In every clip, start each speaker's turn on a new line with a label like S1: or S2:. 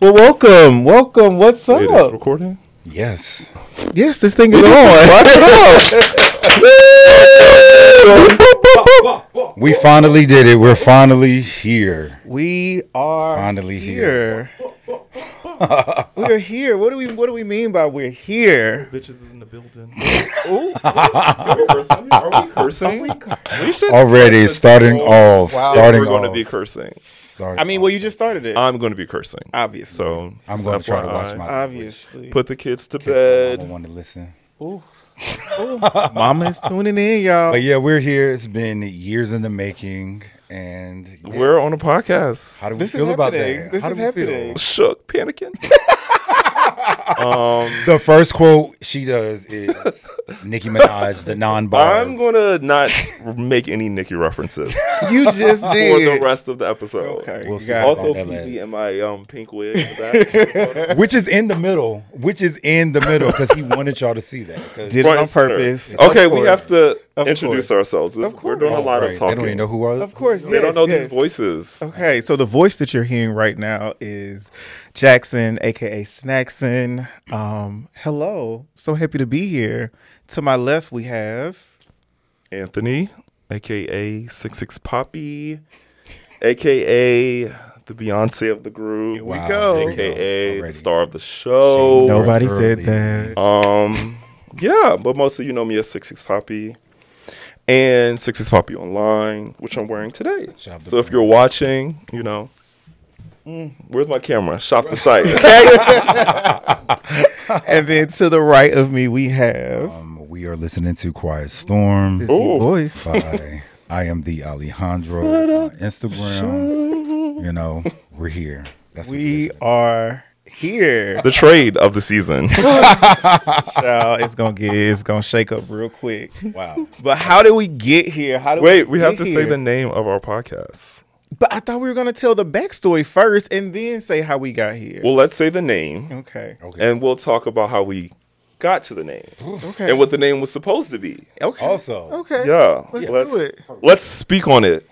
S1: Well, welcome, welcome. What's up?
S2: It
S3: Oh.
S2: is recording.
S3: Yes.
S1: Yes, this thing is on. Woo!
S3: We finally did it. We're finally here.
S1: we are
S3: Finally
S1: here.
S3: here.
S1: we're here. What do we What do we mean by we're here?
S2: Bitches is in the building. Ooh, are we cursing? Are we cursing? We should
S3: Already
S2: set the
S3: starting
S2: tone
S3: off.
S2: if
S3: Oh, Starting
S2: we're going to
S3: off.
S2: be cursing.
S3: Starting
S1: I mean,
S3: off.
S1: well, you just started it,
S2: I'm going to be cursing.
S1: Uh, obviously.
S2: So
S3: I'm
S2: just
S3: going to try to
S2: FYI,
S3: watch my
S1: obviously.
S2: Put the kids to
S3: I don't
S2: bed.
S3: want to listen.
S1: Mama's tuning in, y'all.
S3: But yeah, we're here. It's been years in the making, and yeah,
S2: We're on a podcast.
S3: how do we
S1: This is
S3: feel about
S1: happening.
S3: that?
S1: This
S3: how
S1: is
S3: do we feel?
S1: happening.
S2: Shook, panicking. um,
S3: The first quote she does is Nicki Minaj, the non-bar.
S2: I'm gonna not make any Nikki references
S1: You just
S2: for the
S1: did.
S2: rest of the episode.
S1: Okay,
S3: We'll
S1: you
S3: see.
S1: got it.
S2: Also,
S3: That lasts.
S2: PB and my um, pink wig. is that-
S3: which is in the middle. Which is in the middle because he wanted y'all to see that. 'cause-
S1: did it on
S2: Front and
S1: purpose.
S2: center. Okay,
S1: Of
S2: we
S1: course.
S2: have to
S1: Of
S2: introduce
S1: course.
S2: ourselves. This-
S1: Of
S2: We're doing a
S1: course.
S2: lot
S3: Right,
S2: of
S3: They
S2: talking.
S3: don't even know who are.
S1: Of course,
S2: They don't
S1: yes,
S2: know
S1: yes. Oh.
S2: these voices.
S1: Okay, so the voice that you're hearing right now is Jackson, aka Snackson. Um, hello, so happy to be here. To my left, we have
S2: Anthony, aka Six Six Poppy, aka the Beyonce of the group,
S1: we
S3: Wow,
S1: go.
S3: there you
S2: aka the
S3: Already.
S2: star of the show.
S3: Shame.
S1: nobody
S3: early.
S1: said that.
S2: Um, yeah, but most of you know me as Six Six Poppy. And Six Six Poppy online, which I'm wearing today.
S3: Shop the
S2: So if
S3: brand.
S2: you're watching, you know,
S1: Mm.
S2: where's my camera? Shop the site. Okay.
S1: And then to the right of me, we have
S3: Um, we are listening to Quiet Storm.
S1: this deep
S2: Ooh.
S1: voice.
S3: by I am the Alejandro on Instagram. You know, we're here. That's what it
S1: We
S3: is.
S1: are here.
S2: the trade of the season.
S1: Child, it's gonna get it's gonna shake up real quick.
S3: wow.
S1: But how did we get here? How did
S2: Wait, we have to
S1: get
S2: say
S1: here?
S2: the name of our podcast.
S1: But I thought we were gonna tell the backstory first, and then say how we got here.
S2: Well, let's say the name,
S1: okay.
S3: Okay.
S2: and we'll talk about how we got to the name
S1: Okay.
S2: and what the name was supposed to be.
S1: Okay.
S3: Also,
S1: Okay.
S2: Yeah,
S1: Let's
S2: let's Mm.
S1: do it.
S2: let's speak on it.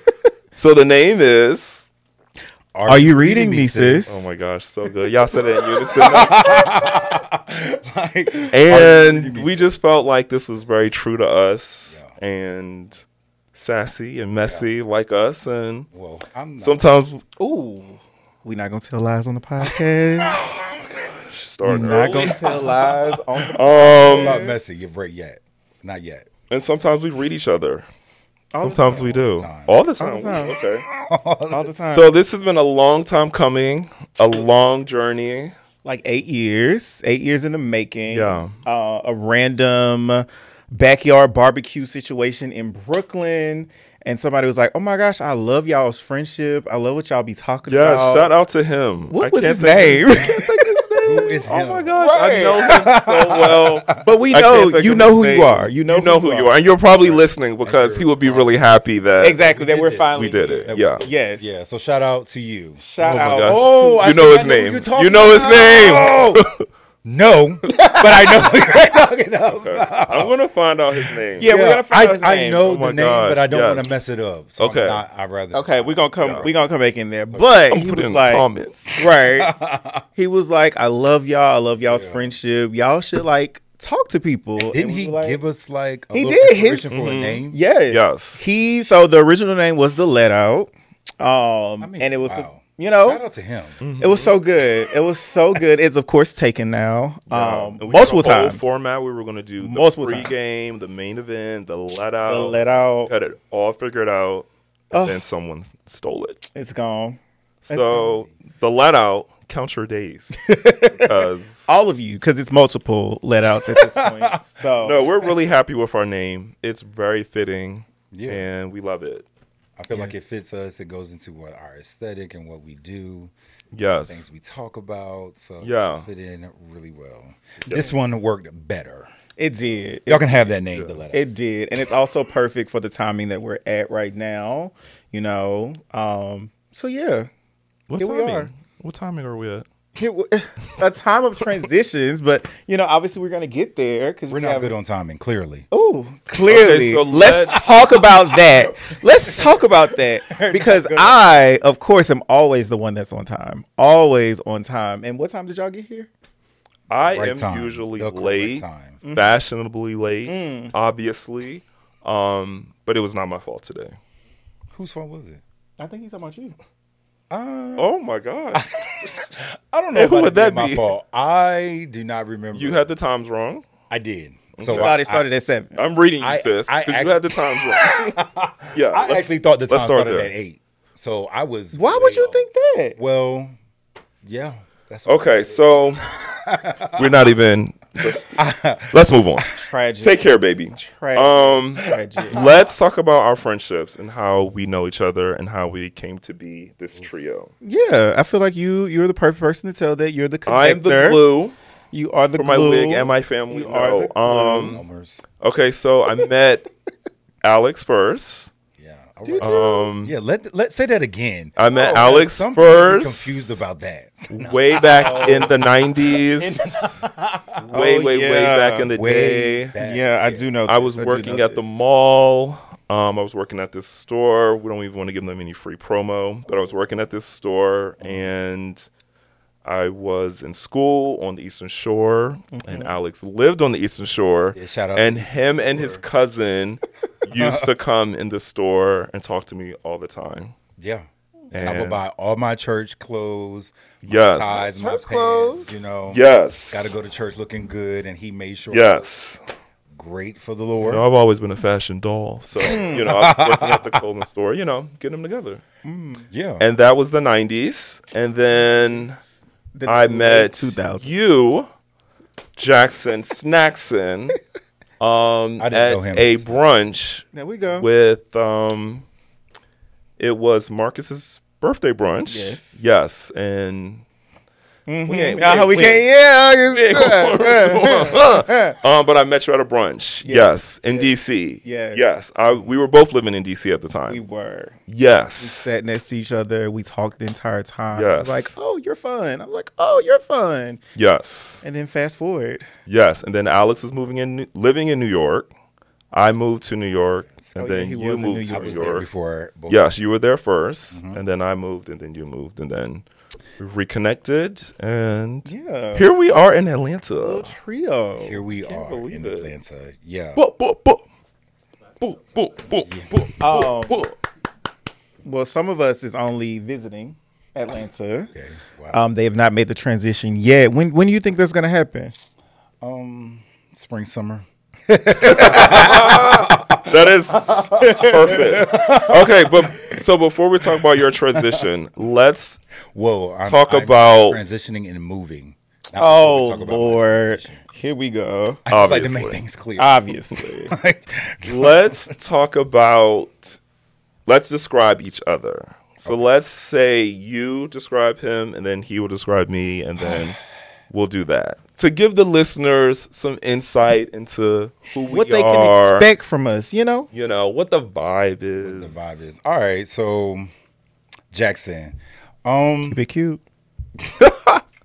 S2: so the name is.
S1: Are you reading me, sis?
S2: Oh my gosh, so good! Y'all said it in unison,
S3: Like,
S2: and we just felt like this was very true to us and sassy and messy like us, and
S3: well, I'm not.
S2: sometimes
S1: Ooh. We're not gonna tell lies on the podcast. We're
S2: starting
S1: not
S2: early.
S1: gonna tell lies on the
S3: I'm
S2: Um,
S3: not messy. You're right yet. Not yet.
S2: and sometimes we read each other. Sometimes we do.
S3: time.
S2: All the time.
S1: time.
S2: Okay.
S1: all the time.
S2: So this has been a long time coming, a long journey.
S1: like eight years, eight years in the making.
S2: Yeah.
S1: Uh, a random backyard barbecue situation in Brooklyn. And somebody was like, oh my gosh, I love y'all's friendship. I love what y'all be talking
S2: Yeah,
S1: about.
S2: shout out to him.
S1: What
S2: I
S1: was
S2: can't
S1: his
S2: think of
S1: name?
S3: Who is
S2: Oh
S3: him?
S2: my gosh,
S1: Right.
S2: I know him so well.
S1: But we
S2: I can't
S1: know,
S2: think
S1: you
S2: of
S1: know
S2: his
S1: who you
S2: name.
S1: are. You know,
S2: who you are. And you're probably listening because he would be really happy that
S1: Exactly. That
S3: did
S1: we're
S3: this.
S1: finally
S2: we did
S1: here.
S2: it. Yeah.
S1: Yes.
S3: Yeah. So shout out to you.
S1: Shout out.
S2: gosh.
S1: Oh, I
S2: you
S1: think
S2: know his
S1: I who
S2: name.
S1: you're talking
S2: You know his
S1: about. Oh,
S2: name.
S3: No, but I know who you're talking about.
S2: I'm gonna find out his name.
S1: Yeah, we're gonna find
S3: I,
S1: out his
S3: I
S1: name.
S3: know
S2: Oh
S3: the
S2: my
S3: name,
S2: gosh,
S3: but I don't
S2: yes.
S3: want to mess it up. So
S2: Okay.
S3: I'm not, I'd rather.
S1: Okay, we're gonna come. We're gonna come back in there, but he
S2: Put
S1: was
S2: it in
S1: like,
S2: the comments.
S1: right? he was like, "I love y'all. I love y'all's friendship. Y'all should like talk to people."
S3: Didn't
S1: And we
S3: he
S1: were like,
S3: give us like a
S1: He
S3: little
S1: did, his- Mm-hmm.
S3: preparation for a name?
S1: Yes.
S2: Yes.
S1: He. So the original name was the Let Out, um,
S3: mean,
S1: and it was
S3: wow.
S1: you know
S3: Shout out to him.
S1: it was so good. It was so good. It's of course taken now, um,
S2: And we had
S1: multiple
S2: a whole
S1: times.
S2: Format we were gonna do the
S1: Multiple times.
S2: pregame, the main event, the let
S1: The
S2: out,
S1: Let Out.
S2: had it all figured out, and then someone stole it.
S1: It's gone.
S2: So the let out, count your days. because
S1: All of you, because it's multiple Let Outs at this point. So
S2: no, we're really happy with our name. It's very fitting,
S3: Yeah.
S2: and we love it.
S3: I feel like it fits us. It goes into what our aesthetic and what we do, things
S2: Yes,
S3: we talk about. So
S2: Yeah.
S3: it fit in really well. This one worked better.
S1: it did.
S3: Y'all can have that name. The letter.
S1: It did, and it's also perfect for the timing that we're at right now. You know, um, so yeah,
S2: what
S1: Here we
S2: timing?
S1: are.
S2: What timing are we at?
S1: It w- a time of transitions, but you know, obviously we're gonna get there because
S3: We're not good on timing, clearly.
S1: Oh, clearly.
S2: Okay, so
S1: let's
S2: let's-
S1: talk about that. Let's talk about that because I, of course, am always the one that's on time. Always on time. And what time did y'all get here?
S2: I
S3: Right
S2: am
S3: time.
S2: usually
S3: The correct
S2: late,
S3: time.
S2: Mm-hmm. fashionably late, obviously. Um, but it was not my fault today.
S3: Whose phone was it?
S1: I think he's talking about you.
S2: Oh my god.
S3: I don't
S2: Who
S3: know. Who
S2: would
S3: would
S2: that
S3: My
S2: be?
S3: fault. I do not remember.
S2: you had the times wrong.
S3: I did. So
S1: Well, it started at seven.
S2: I'm reading you,
S3: I-
S2: sis.
S3: I
S2: 'cause you had the times wrong. yeah.
S3: I, I
S2: let's-
S3: actually thought the time
S2: let's start
S3: started
S2: there.
S3: at eight. So I was.
S1: Why would
S3: way
S1: you
S3: off.
S1: think that?
S3: Well, yeah. That's
S2: Okay, so we're not even. Let's move on.
S1: Tragic.
S2: Take care, baby.
S1: Tragic.
S2: Um,
S1: tragic.
S2: let's talk about our friendships and how we know each other and how we came to be this trio.
S1: yeah, I feel like you you're the perfect person to tell that. You're the connector.
S2: I'm the glue
S1: You are the
S2: for
S1: glue.
S2: my wig and my family.
S1: You are
S2: No,
S1: the glue.
S2: um,
S3: Numbers.
S2: okay, so I met Alex first.
S3: Yeah.
S1: Did you?
S2: Um,
S3: yeah. Let Let's say that again.
S2: I met
S3: Oh,
S2: Alex
S3: some people are
S2: first.
S3: Confused about that.
S2: way back in the 90s. way,
S1: Oh,
S2: way, way
S1: yeah.
S2: back in the
S3: Way
S2: day.
S3: back.
S1: yeah, I do know.
S2: I
S1: this.
S2: was
S1: do
S2: working
S1: know
S2: at the
S1: this.
S2: mall. Um, I was working at this store. We don't even want to give them any free promo, but I was working at this store and I was in school on the Eastern Shore, and Alex lived on the Eastern Shore.
S3: Yeah, shout out to
S2: and
S3: Eastern
S2: him and his cousin used to come in the store and talk to me all the time.
S3: Yeah. I
S2: And-
S3: would buy all my church clothes, my
S2: Yes.
S3: ties, my
S1: Church
S3: pants,
S1: clothes.
S3: you know.
S2: Yes.
S3: Got to go to church looking good, and he made sure. I was
S2: Yes.
S3: Great for the Lord.
S2: You know, I've always been a fashion doll, so you know, I was working at the Coleman store, you know, getting them together.
S3: Yeah.
S2: And that was the '90s, and then
S1: The
S2: I met
S1: 2000.
S2: you, Jackson Snackson, um,
S3: I didn't
S2: at
S3: know him
S2: a
S3: as
S2: brunch
S1: There we go.
S2: with um, it was Marcus's birthday brunch.
S1: Yes.
S2: yes, and we ain't-
S1: Yeah, how we
S2: we ain't-
S1: can't. Yeah,
S2: Yeah,
S1: it's- uh,
S2: come
S1: uh.
S2: on, come on. um, but I met you at a brunch. Yes, in DC.
S1: Yes.
S2: yes. I, we were both living in DC at the time.
S1: we were
S2: yes,
S1: sat next to each other. We talked the entire time.
S2: Yes.
S1: Like, oh, you're fun. I'm like, oh, you're fun.
S2: yes,
S1: And then fast forward.
S2: yes. And then Alex was moving in, living in New York. I moved to New York, and
S1: Oh, yeah,
S2: then
S1: he
S2: you
S1: was in
S2: moved
S1: New
S2: to
S3: I
S1: York.
S2: New
S3: was
S2: York.
S3: there before. before
S2: Yes, you were there 1st and then I moved, and then you moved, and then we reconnected, and
S1: Yeah.
S2: here we are in Atlanta.
S1: Little trio.
S3: Here we are
S2: believe
S3: in
S2: it.
S3: Atlanta. Yeah.
S2: Boop, boop, boop. Boop, boop, boop, boop, boop,
S1: Um,
S2: boop.
S1: Well, some of us is only visiting Atlanta.
S3: Okay. Wow.
S2: uh,
S1: Um, they have not made the transition yet. When when do you think that's gonna happen?
S3: Um, Spring, summer.
S2: That is perfect. Okay, but so before we talk about your transition, let's
S3: Whoa. I'm,
S2: Talk
S3: I'm
S2: about-
S3: transitioning and moving. Now, we
S1: Oh
S3: talk about my
S1: Lord.
S3: transition.
S1: Here we go.
S3: I just like to make
S2: Obviously. Uh,
S3: things clear.
S1: Obviously.
S3: Like,
S2: let's talk about let's describe each other. So let's say you describe him and then he will describe me and then we'll do that. To give the listeners some insight into who we
S1: what they
S2: are,
S1: can expect from us, you know?
S2: you know, what the vibe is.
S3: the vibe is all right. So, Jackson. Um.
S1: Be cute.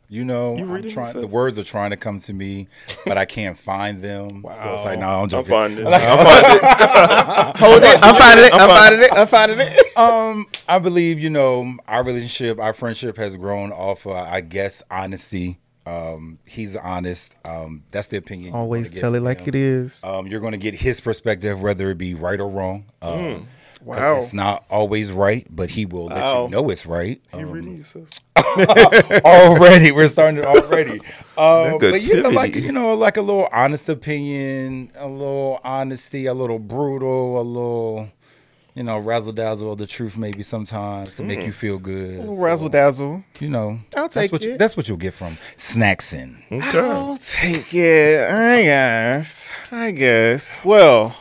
S3: You know, I'm
S1: reading
S3: trying,
S1: this?
S3: the words are trying to come to me, but I can't find them. So it's like, no, I'm
S2: I'm
S3: joking.
S2: finding it. I'm finding it.
S1: Hold it. I'm finding it. I'm finding it. I'm finding it.
S3: Um, I believe you know our relationship, our friendship has grown off, uh, I guess, honesty. Um, he's honest. Um, that's the opinion. you're
S1: Always
S3: gonna get
S1: tell it
S3: from
S1: like
S3: him.
S1: it is.
S3: Um, you're going to get his perspective, whether it be right or wrong. Um, 'cause
S1: Hmm. Wow.
S3: it's not always right, but he will let
S1: Wow.
S3: you know it's right. Um,
S2: Jesus.
S3: already. We're starting it already. Um, but you know, like
S2: Negativity.
S3: you know, like a little honest opinion, a little honesty, a little brutal, a little, you know, razzle dazzle of the truth maybe sometimes to make you feel good. So,
S1: Hmm. Razzle dazzle.
S3: You know,
S1: I'll
S3: that's
S1: take
S3: what You,
S1: it. Hmm.
S3: that's what you'll get from Snackson.
S2: Okay.
S1: I'll take it. I guess. I guess. Well,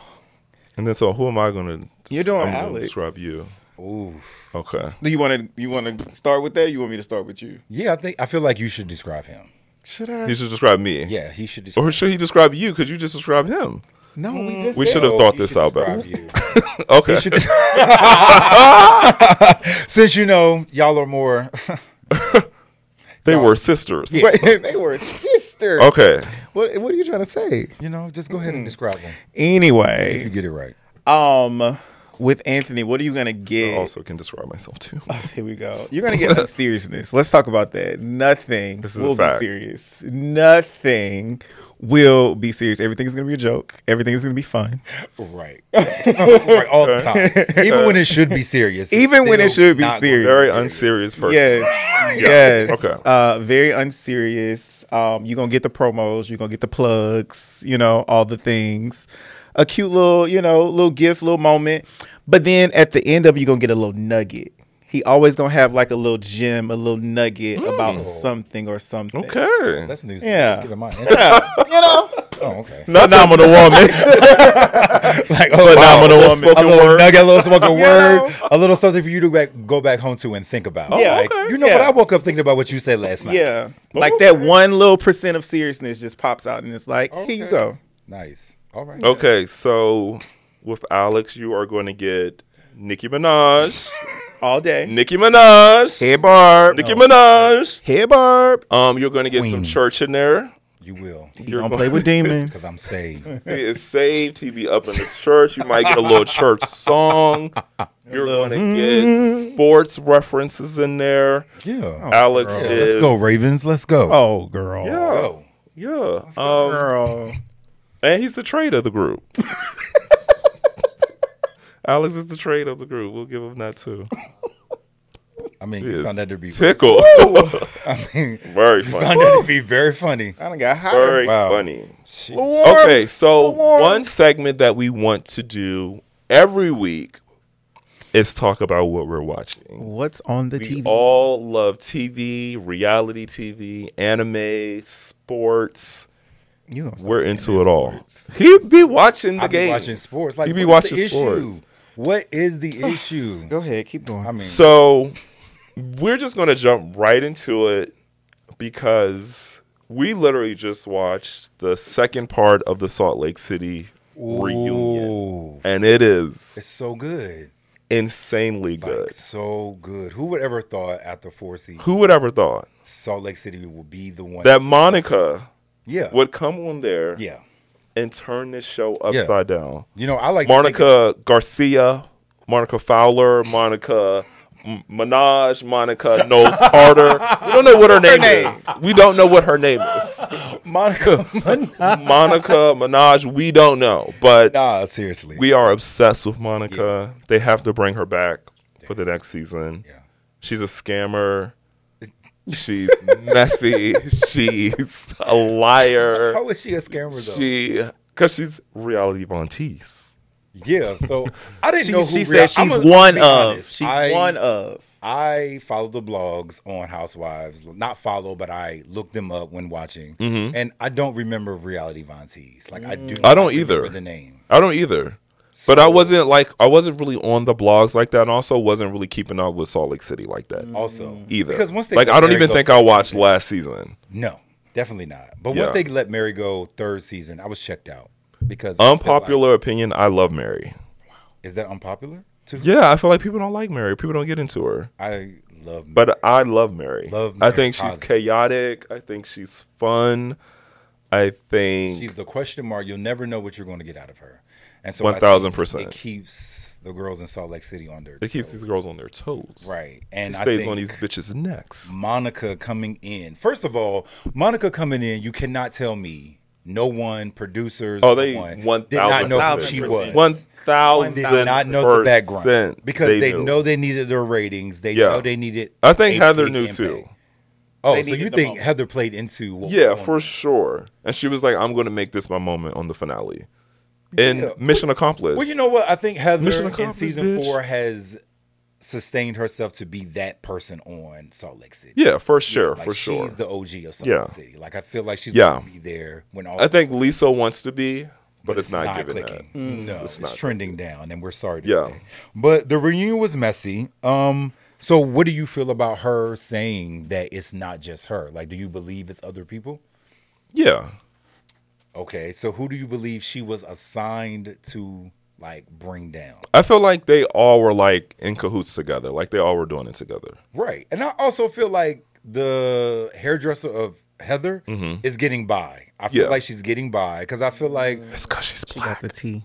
S2: And then so who am I gonna
S1: You're doing
S2: I'm gonna
S1: Alex.
S2: describe you.
S3: Ooh,
S2: Okay.
S1: do you want to you want to start with that? Or you want me to start with you?
S3: yeah. I think I feel like you should describe him.
S1: Should I?
S2: He should describe me.
S3: Yeah, he should describe.
S2: Or should he describe you? Because you just described him.
S1: No, we just
S2: We
S1: did.
S2: should have thought this out better.
S3: you.
S2: Okay.
S3: Since you know y'all are more
S2: They were sisters.
S1: Wait, they were sisters.
S2: Okay.
S1: What, what are you trying to say?
S3: You know, just go ahead
S1: Mm.
S3: and describe them. If you
S1: Anyway,
S3: get it right.
S1: um, with Anthony, what are you gonna
S2: I
S1: get?
S2: also can describe myself too.
S1: Here we go. You're gonna get unseriousness. Let's talk about that. Nothing
S2: This is a
S1: will be
S2: fact.
S1: serious. Nothing will be serious. Everything's gonna be a joke. Everything's gonna be fun.
S3: Right. right all the time. Even when it should be serious. it's
S1: Even when it
S3: still
S1: should be
S3: not
S1: serious.
S2: Very unserious person.
S1: Yes. yes.
S2: Okay.
S1: Uh, very unserious. Um, you're gonna get the promos. You're gonna get the plugs. You know all the things. A cute little, you know, little gift, little moment. But then at the end of it, you're gonna get a little nugget. He always gonna have like a little gem, a little nugget about something or something.
S2: Mm. Okay.
S3: That's news.
S1: Yeah.
S3: Let's get them on.
S1: Yeah, you know,
S3: Oh, okay.
S2: phenomenal woman.
S3: Like, oh,
S2: Phenomenal
S3: wow.
S2: woman. Spoken
S3: a little
S2: word.
S3: nugget, a little spoken
S1: know?
S3: word, a little something for you to back, go back home to and think about.
S1: Yeah,
S3: Like,
S1: Oh, okay.
S3: you know
S1: Yeah.
S3: what? I woke up thinking about what you said last night.
S1: yeah, like that one little percent of seriousness just pops out, and it's like, here you
S3: Okay.
S1: go.
S3: Nice. All right.
S1: Oh.
S2: Okay, so with Alex, you are going to get Nicki Minaj,
S1: all day.
S2: Nicki Minaj,
S1: Hey Barb.
S2: Nicki Minaj.
S1: Hey Barb.
S2: Um, you're going to get some
S3: Queen.
S2: church in there.
S3: You will.
S2: You're
S1: Don't
S2: going-
S1: play with demons.
S3: Because I'm saved.
S2: He is saved. He be up in the church. You might get a little church song. You're going to get sports references in there.
S3: Yeah.
S2: Alex
S3: Yeah,
S2: is.
S3: Let's go, Ravens. Let's go.
S1: Oh girl.
S2: Yeah.
S3: Go.
S2: Yeah. Um,
S1: Girl.
S2: and he's the trade of the group. Alex is the trade of the group. We'll give him that too.
S3: I mean,
S2: He
S3: you
S2: is
S3: found that to be
S2: tickle.
S3: I mean,
S2: Very
S3: found
S2: funny.
S3: that to be very funny.
S1: I done got hot.
S2: Very
S3: Wow.
S2: funny.
S1: Warm.
S2: Okay, so
S1: warm.
S2: one segment that we want to do every week is talk about what we're watching.
S1: What's on the
S2: We
S1: TV?
S2: all love TV, reality TV, anime, sports.
S1: you gonna stop
S2: We're
S1: saying
S2: into
S1: this.
S2: it all. He be watching the
S3: I be
S2: game.
S3: watching sports. Like,
S2: he be
S3: what is
S2: watching
S3: the
S2: sports.
S3: Issue? What is the issue?
S1: Go ahead, keep going.
S3: I mean,
S2: So we're just gonna jump right into it because we literally just watched the second part of the Salt Lake City reunion,
S3: ooh,
S2: and it is
S3: it's so good.
S2: insanely
S3: Like,
S2: good.
S3: so good. Who would ever thought after four seasons,
S2: Who would ever thought
S3: Salt Lake City would be the one?
S2: that Monica
S3: yeah,
S2: would come on there
S3: yeah.
S2: and turn this show upside down?
S3: You know, I like to think of-
S2: Monica Garcia, Monica Fowler, Monica M- Minaj, Monica Knowles Carter. We don't know what her name,
S1: name?
S2: is. We don't know what her name is.
S3: Monica.
S2: Monica Minaj, we don't know, but
S3: nah, seriously.
S2: we are obsessed with Monica. They have to bring her back for the next season.
S3: yeah.
S2: She's a scammer. She's messy. She's a liar.
S3: How is she a scammer though?
S2: She, because she's reality Von Teese.
S3: yeah. So I didn't
S1: she,
S3: know. Who
S1: she
S3: real-
S1: said she's
S3: I'ma
S1: one
S3: be
S1: of.
S3: honest.
S1: She's
S3: I-
S1: one of.
S3: I follow the blogs on Housewives. Not follow, but I look them up when watching. And I don't remember Reality Von Teese. Like I do.
S2: Mm-hmm. Mm. I don't
S3: not remember
S2: either.
S3: The name.
S2: I don't either. but I wasn't like I wasn't really on the blogs like that, and also wasn't really keeping up with Salt Lake City like that
S3: Also, e-,
S2: either.
S3: Mm. because once they
S2: like
S3: let
S2: I don't
S3: Mary
S2: even
S3: go
S2: think I
S3: second
S2: watched
S3: season-
S2: last season.
S3: No, definitely not. But
S2: Yeah.
S3: once they let Mary go third season, I was checked out because I feel like-
S2: Unpopular opinion: I love Mary.
S3: is that unpopular? Too?
S2: Yeah, I feel like people don't like Mary. People don't get into her.
S3: I love.
S2: But I love Mary.
S3: Love
S2: I
S3: Mary
S2: think she's
S3: Cosby.
S2: chaotic. I think she's fun. I think
S3: She's the question mark. You'll never know what you're going to get out of her. And so I think
S2: 1000%.
S3: It keeps the girls in Salt Lake City on their
S2: it keeps
S3: toes.
S2: these girls on their toes.
S3: right. And
S2: It
S3: I
S2: stays
S3: think
S2: on these bitches' necks.
S3: Monica coming in. First of all, Monica coming in, you cannot tell me no one producers
S2: Oh,
S3: no
S2: they
S3: one,
S2: one
S3: did not
S2: thousand.
S3: know who
S1: thousand
S3: she
S1: percent.
S3: was.
S2: One thousand.
S3: did not know the background
S2: percent
S3: because they,
S2: knew.
S3: know they needed their ratings. They
S2: Yeah.
S3: know they needed.
S2: I think
S3: a
S2: Heather
S3: big
S2: knew
S3: impact.
S2: too.
S3: Oh,
S1: They
S3: so
S1: needed
S3: you
S1: the
S3: think
S1: moment.
S3: Heather played into? What
S2: Yeah,
S3: was
S2: for
S3: going
S2: sure. And she was like, "I'm going to make this my moment on the finale." And
S3: Yeah.
S2: mission accomplished.
S3: Well, you know what? I
S2: Mission
S3: think Heather in
S2: accomplished,
S3: season
S2: bitch.
S3: four has sustained herself to be that person on Salt Lake City.
S2: yeah, for sure,
S3: Like,
S2: for sure.
S3: She's the OG of Salt
S2: Yeah.
S3: Lake City. Like I feel like she's
S2: Yeah.
S3: gonna be there when all
S2: I think Lisa wants to be, but, it's, not, giving
S3: clicking.
S2: that.
S3: No, it's, trending down, and we're sorry. To
S2: Yeah.
S3: say. but the reunion was messy. Um, so what do you feel about her saying that it's not just her? Like, do you believe it's other people?
S2: Yeah,
S3: Okay, so who do you believe she was assigned to like bring down?
S2: I feel like they all were like in cahoots together. Like they all were doing it together.
S3: Right, and I also feel like the hairdresser of Heather is getting by. I
S2: Mm-hmm.
S3: feel
S2: Yeah.
S3: like she's getting by because I feel like
S2: It's because she's
S1: She got the tea.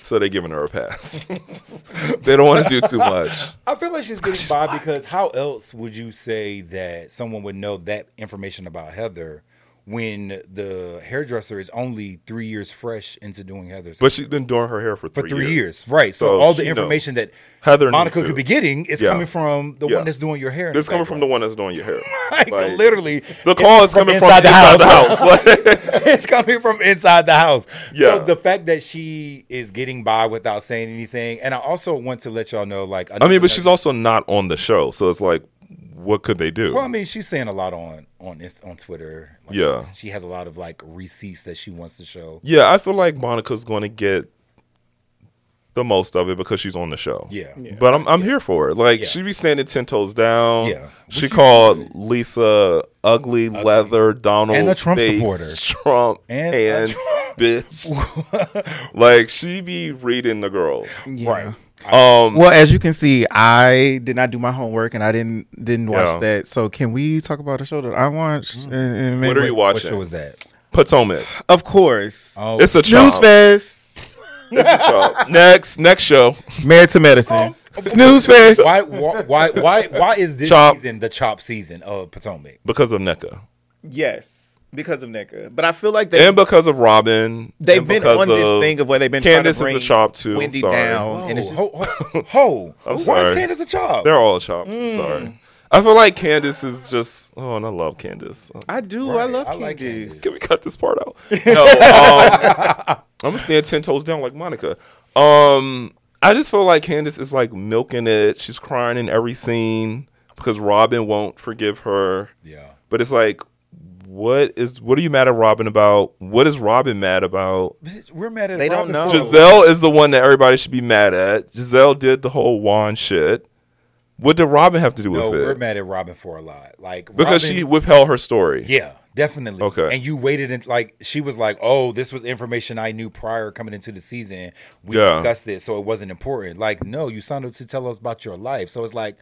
S2: So they're giving her a pass. they don't want to do too much.
S3: I feel like she's getting by because how else would you say that someone would know that information about Heather when the hairdresser is only three years fresh into doing Heather's
S2: But she's been doing her hair for three,
S3: for three years, right? So,
S2: So
S3: all the
S2: she
S3: information that
S2: Heather
S3: Monica
S2: knew
S3: could
S2: too.
S3: be getting is
S2: Yeah.
S3: coming from the
S2: Yeah.
S3: one that's doing your hair. in
S2: It's
S3: the
S2: coming from the one that's doing your hair.
S3: background. like,
S2: Like,
S3: literally
S2: The call is
S3: from
S2: coming
S3: inside the
S2: from inside the house. Like,
S3: it's coming from inside the house.
S2: Yeah.
S3: So the fact that she is getting by without saying anything, and I also want to let y'all know, like,
S2: I mean, but she's also not on the show, so it's like, what could they do?
S3: Well, I mean, she's saying a lot on on Inst- on Twitter. Like,
S2: Yeah.
S3: she has a lot of like receipts that she wants to show.
S2: yeah, I feel like Monica's going to get the most of it because she's on the show.
S3: Yeah. Yeah.
S2: but I'm I'm here for it. Like
S3: Yeah.
S2: she be standing ten toes down.
S3: Yeah.
S2: she called Lisa ugly, leather Donald
S3: And a Trump
S2: face,
S3: supporter.
S2: Trump
S3: And
S2: and,
S3: a
S2: bitch. like she be reading the girls.
S1: Yeah.
S3: Right.
S2: Um,
S1: Well, as you can see, I did not do my homework and I didn't didn't watch
S2: Yeah. Mm.
S1: that. So can we talk about a show that I watched? And- and
S2: what
S1: maybe-
S2: are you
S3: What show
S2: watching?
S3: was that?
S2: Potomac.
S1: Of course.
S3: Oh,
S2: It's a
S1: Juice
S2: chop.
S1: Fest.
S2: It's a chop. next next show.
S1: Married to Medicine. Snooze Fest.
S3: Oh, why, why why why why is this
S2: Chop.
S3: season the chop season of Potomac?
S2: because of NECA
S1: Yes. Because of NECA. But I feel like they,
S2: and because of Robin.
S1: they've
S2: and
S1: been
S2: because
S1: on this thing of where they've been
S2: Candace is
S1: trying to
S2: a
S1: bring
S2: chop too.
S1: Wendy
S2: Sorry.
S1: down.
S3: Oh,
S1: and it's just,
S3: ho, ho, ho.
S2: I'm
S3: why is
S2: sorry.
S3: Candace a chop?
S2: They're all chopped.
S3: Mm.
S2: I'm Sorry. I feel like Candace is just. Oh, and I love Candace. Uh,
S1: I do. I
S3: Right,
S1: love
S3: I
S1: Candace.
S3: like Candace.
S2: Can we cut this part out? No. Um, I'm gonna stand ten toes down like Monica. Um, I just feel like Candace is like milking it. She's crying in every scene because Robin won't forgive her.
S3: yeah.
S2: But it's like, what is? What are you mad at Robin about? What is Robin mad about?
S3: Bitch, We're mad at
S1: They don't
S3: Robin
S1: know.
S3: for-
S2: Giselle is the one that everybody should be mad at. Giselle did the whole wand shit. What did Robin have to do
S3: No,
S2: with
S3: we're
S2: it?
S3: mad at Robin for a lot. Like
S2: Because
S3: Robin-
S2: she withheld her story.
S3: Yeah, definitely.
S2: Okay.
S3: And you waited and like she was like, "Oh, this was information I knew prior coming into the season. We
S2: Yeah.
S3: discussed this, so it wasn't important." Like, no, you signed up to tell us about your life. So it's like,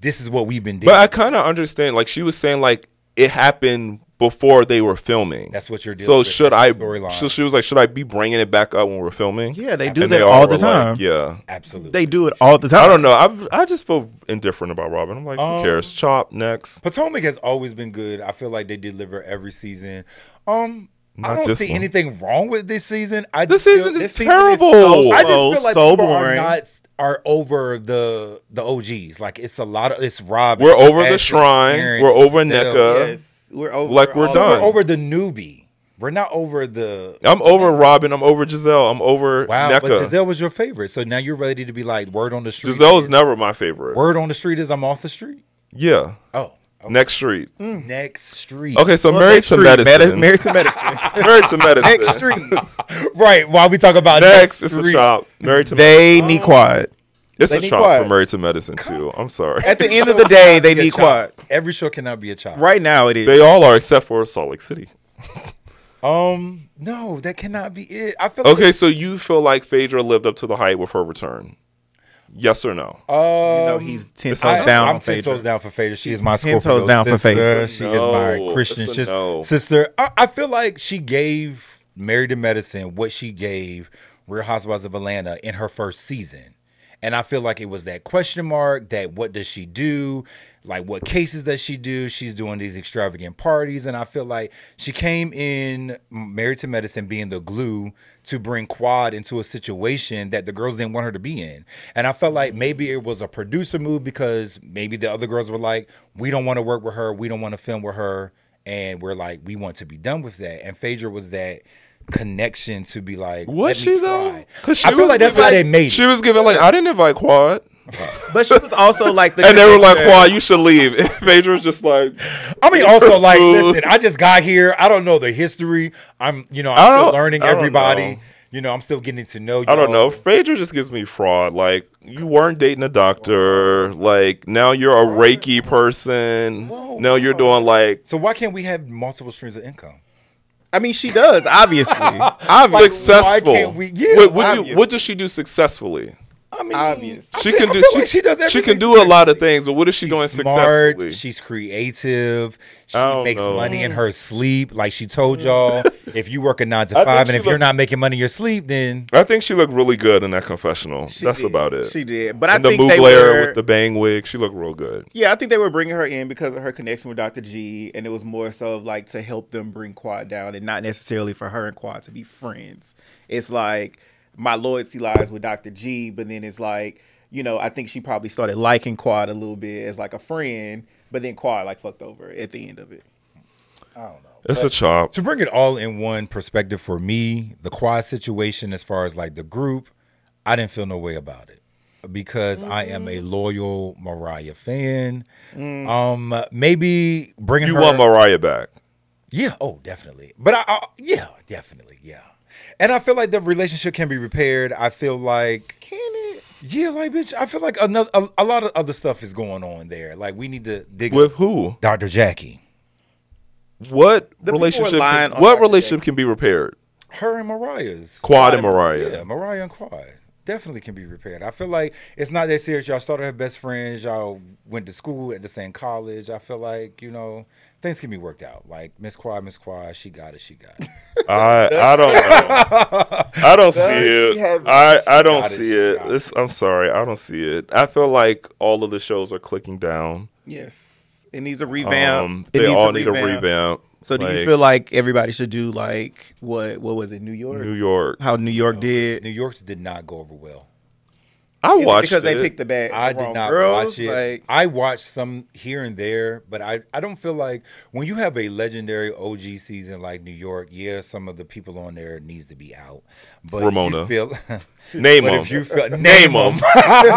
S3: this is what we've been doing.
S2: But I kind of understand. Like she was saying, like it happened before they were filming.
S3: That's what you're dealing
S2: So
S3: with,
S2: should
S3: that's
S2: I?
S3: the storyline.
S2: So she was like, should I be bringing it back up when we're filming?
S1: Yeah, they do
S2: And
S1: that
S2: all
S1: all
S2: were
S1: the time.
S2: Like, yeah.
S3: Absolutely.
S1: They do it all the time.
S2: I don't know. I I just feel indifferent about Robin. I'm like,
S3: Um,
S2: who cares? Chop next.
S3: Potomac has always been good. I feel like they deliver every season. Um, I
S2: Not
S3: don't
S2: this
S3: see
S2: one.
S3: anything wrong with this season. I
S2: This
S3: just feel-
S2: season is
S3: so-
S2: terrible.
S3: I just
S1: So-
S3: feel like
S1: so
S3: people are
S1: boring.
S3: not are over the the OGs. Like it's a lot of it's Rob.
S2: We're over the shrine. We're over NECA.
S1: Yes. We're over.
S2: Like, we're
S1: all-
S3: So
S2: done.
S3: we're over the newbie. We're not over the
S2: I'm over Robin. I'm over Giselle. I'm over
S3: wow.
S2: NECA.
S3: But Giselle was your favorite, so now you're ready to be like word on the street.
S2: Giselle's
S3: is-
S2: never my favorite.
S3: word on the street is I'm off the street.
S2: Yeah.
S3: Oh, okay.
S2: Next street.
S3: next street.
S2: Okay, so
S1: Mm. Well,
S2: married
S1: next
S2: to
S1: street,
S2: medicine.
S1: Medi- Married to medicine.
S2: married to medicine.
S1: Next street.
S3: right. While we talk about
S2: Next,
S3: next,
S2: it's a
S3: street.
S2: shop. Married to
S1: They need quad.
S2: It's
S1: They
S2: a
S1: need
S2: shop
S1: quiet.
S2: for married to medicine too. I'm sorry.
S1: At the end of
S3: Oh.
S1: the day, they
S3: Be a
S1: need
S3: chop.
S1: quad.
S3: Every show cannot be a chop.
S1: Right now, it is.
S2: they all are except for Salt Lake City.
S3: Um, no, that cannot be it. I feel
S2: Okay, so you feel like Phaedra lived up to the hype with her return? Yes or no?
S3: Like, um,
S1: you know, he's ten toes
S3: I,
S1: down.
S3: I'm
S1: on
S3: ten
S1: Phaedra.
S3: toes down for Fader. She is my
S1: Ten
S3: Scorpio
S1: toes down for
S3: sister.
S1: Phaedra.
S3: She
S2: No,
S3: is my Christian
S2: it's a
S3: sis-
S2: no.
S3: sister. I, I feel like she gave Married to Medicine what she gave Real Housewives of Atlanta in her first season. And I feel like it was that question mark that what does she do? Like what cases does she do? She's doing these extravagant parties. And I feel like she came in Married to Medicine being the glue to bring Quad into a situation that the girls didn't want her to be in. And I felt like maybe it was a producer move because maybe the other girls were like, we don't want to work with her. We don't want to film with her. And we're like, we want to be done with that. And Phaedra was that connection to be like,
S2: Was
S3: let me
S2: she, though?
S3: try.
S2: 'Cause she
S3: I feel
S2: was
S3: like that's
S2: giving-
S3: how they made it.
S2: She was giving like I didn't invite Quad,
S1: But she was also like the.
S2: and they were like
S1: connector.
S2: Quad, you should leave. And Phaedra was just like,
S3: I mean, also like,
S2: Ooh.
S3: listen, I just got here. I don't know the history. I'm, you know,
S2: I
S3: I'm still
S2: don't-
S3: learning
S2: I don't
S3: everybody.
S2: know.
S3: You know, I'm still getting to know you.
S2: I don't know. Phaedra just gives me fraud. Like you weren't dating a doctor. Like now you're a Reiki person. Now you're doing like
S3: So why can't we have multiple streams of income?
S1: I mean, she does obviously.
S2: I'm successful.
S3: why can't we- yeah,
S2: Wait, what, do you-
S1: obviously.
S2: what does she do successfully?
S3: I mean,
S1: Obvious.
S3: I
S2: She
S3: feel-
S2: can
S3: I
S2: do
S3: feel
S2: she,
S3: like she does
S2: she
S3: everything
S2: can do a lot
S3: successfully.
S2: of things, but what is she
S3: She's
S2: doing
S3: smart.
S2: successfully?
S3: She's creative. She
S2: I don't
S3: makes
S2: know.
S3: money in her sleep. Like she told y'all, if you work a nine to
S2: I think
S3: five and
S2: she
S3: if you're
S2: look-
S3: not making money in your sleep, then
S2: I think she looked really good in that confessional. That's about it.
S1: She did, but I
S2: and the
S1: think
S2: Mugler
S1: they were.
S2: with the bang wig, she looked real good.
S1: yeah, I think they were bringing her in because of her connection with Dr. G, and it was more so of like to help them bring Quad down, and not necessarily for her and Quad to be friends. It's like my loyalty lies with Dr. G, but then it's like you know I think she probably started liking Quad a little bit as like a friend, but then Quad like fucked over at the end of it.
S2: It's a chop.
S3: to bring it all in one perspective for me, the quad situation as far as like the group, I didn't feel no way about it because I am a loyal Mariah fan. Um, maybe bringing
S2: You
S3: her,
S2: want Mariah back?
S3: yeah, oh, definitely. But I, I, yeah, definitely, yeah. And I feel like the relationship can be repaired. I feel like
S1: Can it?
S3: Yeah, like bitch, I feel like another a, a lot of other stuff is going on there. Like we need to dig
S2: With who?
S3: Dr. Jackie.
S2: What
S1: people
S2: relationship?
S1: relying
S2: Can,
S1: on
S2: what
S1: Dr.
S2: relationship can be repaired?
S3: Her and Mariah's.
S2: Quad and Mariah.
S3: Yeah, Mariah and Quad. Definitely can be repaired. I feel like it's not that serious. Y'all started her best friends. Y'all went to school at the same college. I feel like, you know, things can be worked out. Like Miss Quad, Miss Quad, she got it, she got it.
S2: I I don't know. I don't see
S1: Does she
S2: it.
S1: have-
S2: I I don't
S3: got it,
S2: see
S3: she
S2: it.
S3: got
S2: This, I'm sorry. I don't see it. I feel like all of the shows are clicking down.
S1: Yes, it needs a revamp.
S2: Um,
S1: It
S2: they
S1: needs
S2: all need a revamp.
S1: So do you
S2: Like,
S1: feel like everybody should do like what what was it New York?
S2: New York?
S1: How New York did?
S3: New York's did not go over well.
S2: I
S1: Is it
S2: watched
S1: because
S2: it.
S1: they picked the bad.
S3: I
S1: the wrong
S3: did not
S1: girls?
S3: watch it.
S1: Like,
S3: I watched some here and there, but I, I don't feel like when you have a legendary OG season like New York, yeah, some of the people on there needs to be out. But you
S2: Ramona.
S3: feel,
S2: name
S3: but
S2: them.
S3: if you feel
S2: name
S3: name
S2: them.
S3: them,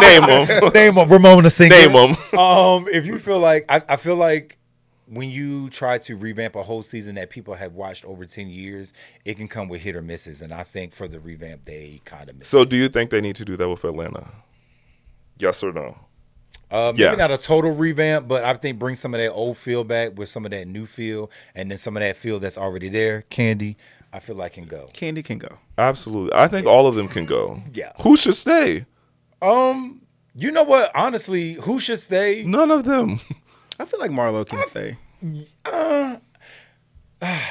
S2: name them.
S3: name them, Ramona singer.
S2: Name them.
S3: Um, if you feel like I, I feel like when you try to revamp a whole season that people have watched over ten years, it can come with hit or misses, and I think for the revamp they kind of missed.
S2: So do you think they need to do that with Atlanta? Yes or no?
S3: Uh, maybe
S2: Yes.
S3: not a total revamp, but I think bring some of that old feel back with some of that new feel, and then some of that feel that's already there. Candy, I feel like can go.
S1: Candy can go.
S2: Absolutely. I think all of them can go.
S3: Yeah.
S2: Who should stay?
S3: Um, you know what? Honestly, who should stay?
S2: None of them.
S1: I feel like Marlo can stay.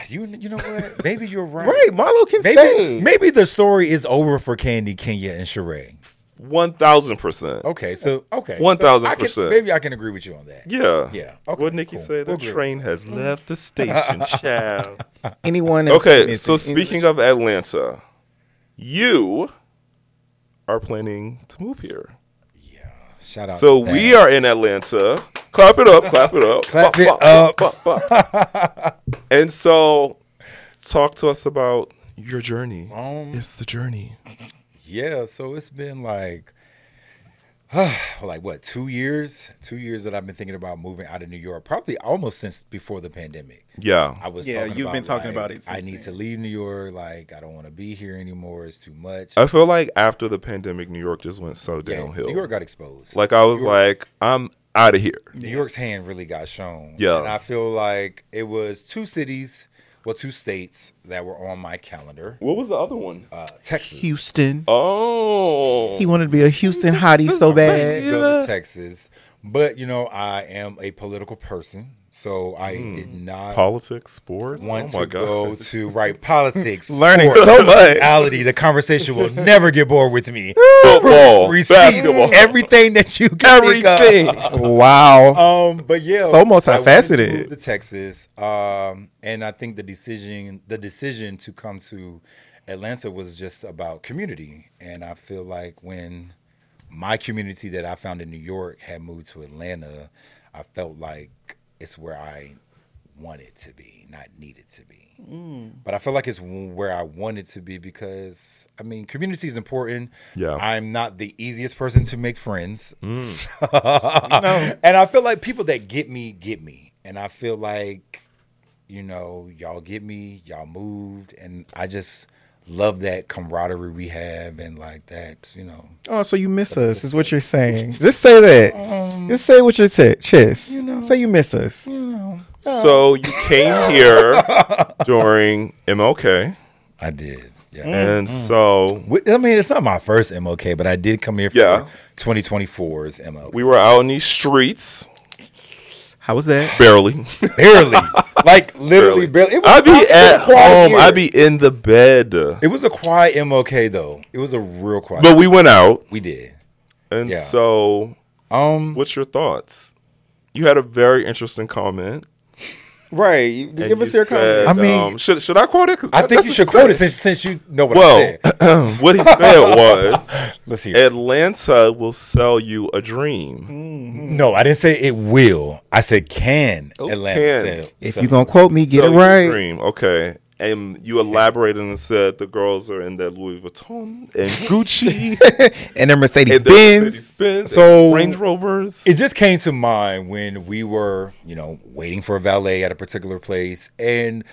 S3: You, you know what? Maybe you're right.
S1: Right, Marlo can
S3: Maybe,
S1: stay.
S3: maybe the story is over for Candy, Kenya, and Sheree.
S2: One thousand percent.
S3: Okay, so okay,
S2: One
S3: so
S2: thousand
S3: I can-
S2: percent.
S3: Maybe I can agree with you on that.
S2: Yeah.
S3: Yeah. Okay,
S2: what Nikki
S3: cool.
S2: say? The
S3: We'll agree. Mm.
S2: train has left the station, child.
S1: Anyone?
S2: Okay, so speaking of Atlanta, you are planning to move here.
S3: Shout out.
S2: So
S3: to
S2: we
S3: that.
S2: are in Atlanta. Clap it up, clap it up.
S3: Clap
S2: Bah,
S3: it
S2: bah, bah, bah, bah. and so talk to us about your journey.
S3: Um,
S2: it's the journey.
S3: Yeah, so it's been like like what, 2 years? 2 years that I've been thinking about moving out of New York, probably almost since before the pandemic. I
S2: Yeah.
S3: was
S1: Yeah,
S3: talking
S1: you've
S3: about,
S1: been talking
S3: like,
S1: about it
S3: I
S1: since
S3: need to leave New York, like I don't want to be here anymore, it's too much.
S2: I feel like after the pandemic, New York just went so
S3: Yeah,
S2: downhill.
S3: New York got exposed.
S2: like I was like, I'm out of here.
S3: New York's hand really got shown.
S2: Yeah.
S3: And I feel like it was two cities, well two states that were on my calendar.
S2: What was the other one?
S3: Uh, Texas.
S1: Houston,
S2: Oh.
S1: he wanted to be a Houston hottie so
S3: to
S1: bad.
S3: go to Texas. But you know, I am a political person, so I did not
S2: Politics, sports.
S3: want
S2: oh my
S3: to
S2: God.
S3: go to right politics.
S1: Learning
S3: sports,
S1: so much.
S3: reality. The conversation will never get bored with me.
S2: Football,
S3: Receipts,
S2: basketball.
S3: everything that you can think of.
S1: Everything. wow.
S3: Um, but yeah,
S1: So multifaceted.
S3: I wanted to move To Texas, um, and I think the decision, the decision to come to Atlanta was just about community, and I feel like when my community that I found in New York had moved to Atlanta, I felt like it's where I wanted to be, not needed to be. But I feel like it's where I wanted to be because I mean, community is important.
S2: Yeah. Mm.
S3: I'm not the easiest person to make friends. and I feel like people that get me get me, and I feel like you know y'all get me, y'all moved, and I just love that camaraderie we have and like that you know
S1: Oh, so you miss us is what you're saying. Just say that. Just say what you said. Chest. say Um, you miss us.
S2: So you came here during MLK.
S3: I did
S2: And
S3: Mm.
S2: so
S3: We- I mean, it's not my first MLK, but I did come here for
S2: Yeah.
S3: 2024's MLK.
S2: we were out in these streets,
S1: How was that?
S2: barely.
S3: barely, like literally, barely.
S2: barely.
S3: It was,
S2: I'd
S3: it was
S2: be
S3: a
S2: at
S3: quiet
S2: home.
S3: year.
S2: I'd be in the bed. But
S3: It was a quiet MLK though. It was a real quiet.
S2: we went out,
S3: we did.
S2: and
S3: Yeah.
S2: so
S3: Um,
S2: what's your thoughts? You had a very interesting comment.
S1: Right. You-
S2: and
S1: Give us
S2: you
S1: your comment.
S2: said,
S3: I mean-
S2: um, should should I quote it? 'Cause
S3: I
S2: that-
S3: think
S2: that's
S3: you
S2: what
S3: should quote it
S2: said.
S3: since since you know what I said.
S2: Well, what he said was,
S3: Let's hear. it.
S2: Atlanta will sell you a
S3: Mm.
S2: dream.
S3: No, I didn't say it will. I said can Atlanta
S2: Oh, can.
S3: sell-
S1: If
S3: sell-
S1: you're going to quote me, get
S2: Sell
S1: it
S2: you a
S1: right.
S2: dream. Okay. And you elaborated and said the girls are in their Louis Vuitton and Gucci
S1: And then Mercedes
S2: and their
S1: Benz.
S2: Mercedes Benz,
S3: So-
S2: so Range Rovers.
S3: It just came to mind when we were, you know, waiting for a valet at a particular place, and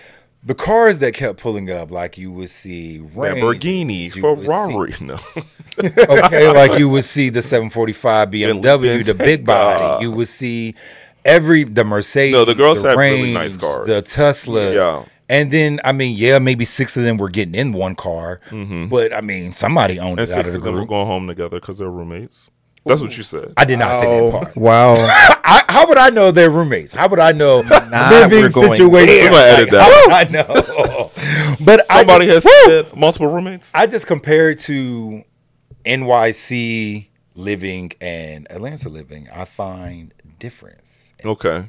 S3: the cars that kept pulling up, like you would see Range,
S2: Lamborghini,
S3: you would see-
S2: Ferrari. No.
S3: okay, like you would see the 745 BMW, the
S2: Bentley,
S3: big body.
S2: uh,
S3: you would see every the Mercedes,
S2: No, the girls had really nice cars.
S3: the Teslas.
S2: Yeah.
S3: And then I mean, yeah, maybe six of them were getting in one car, but I mean, somebody
S2: Mm-hmm. And
S3: owned it out
S2: six
S3: of the
S2: of them were
S3: group.
S2: going home together because they're roommates. That's what you said.
S3: I did not say that
S1: Oh,
S3: part.
S1: wow.
S3: I, how would I know they're roommates? How would I know living
S1: we're going
S3: situation?
S2: there. I'm gonna
S3: how
S2: edit
S3: would I know? but I
S2: Somebody
S3: just-
S2: has said multiple roommates.
S3: I just compare it to NYC living and Atlanta living. I find difference.
S2: Okay.
S3: Oh.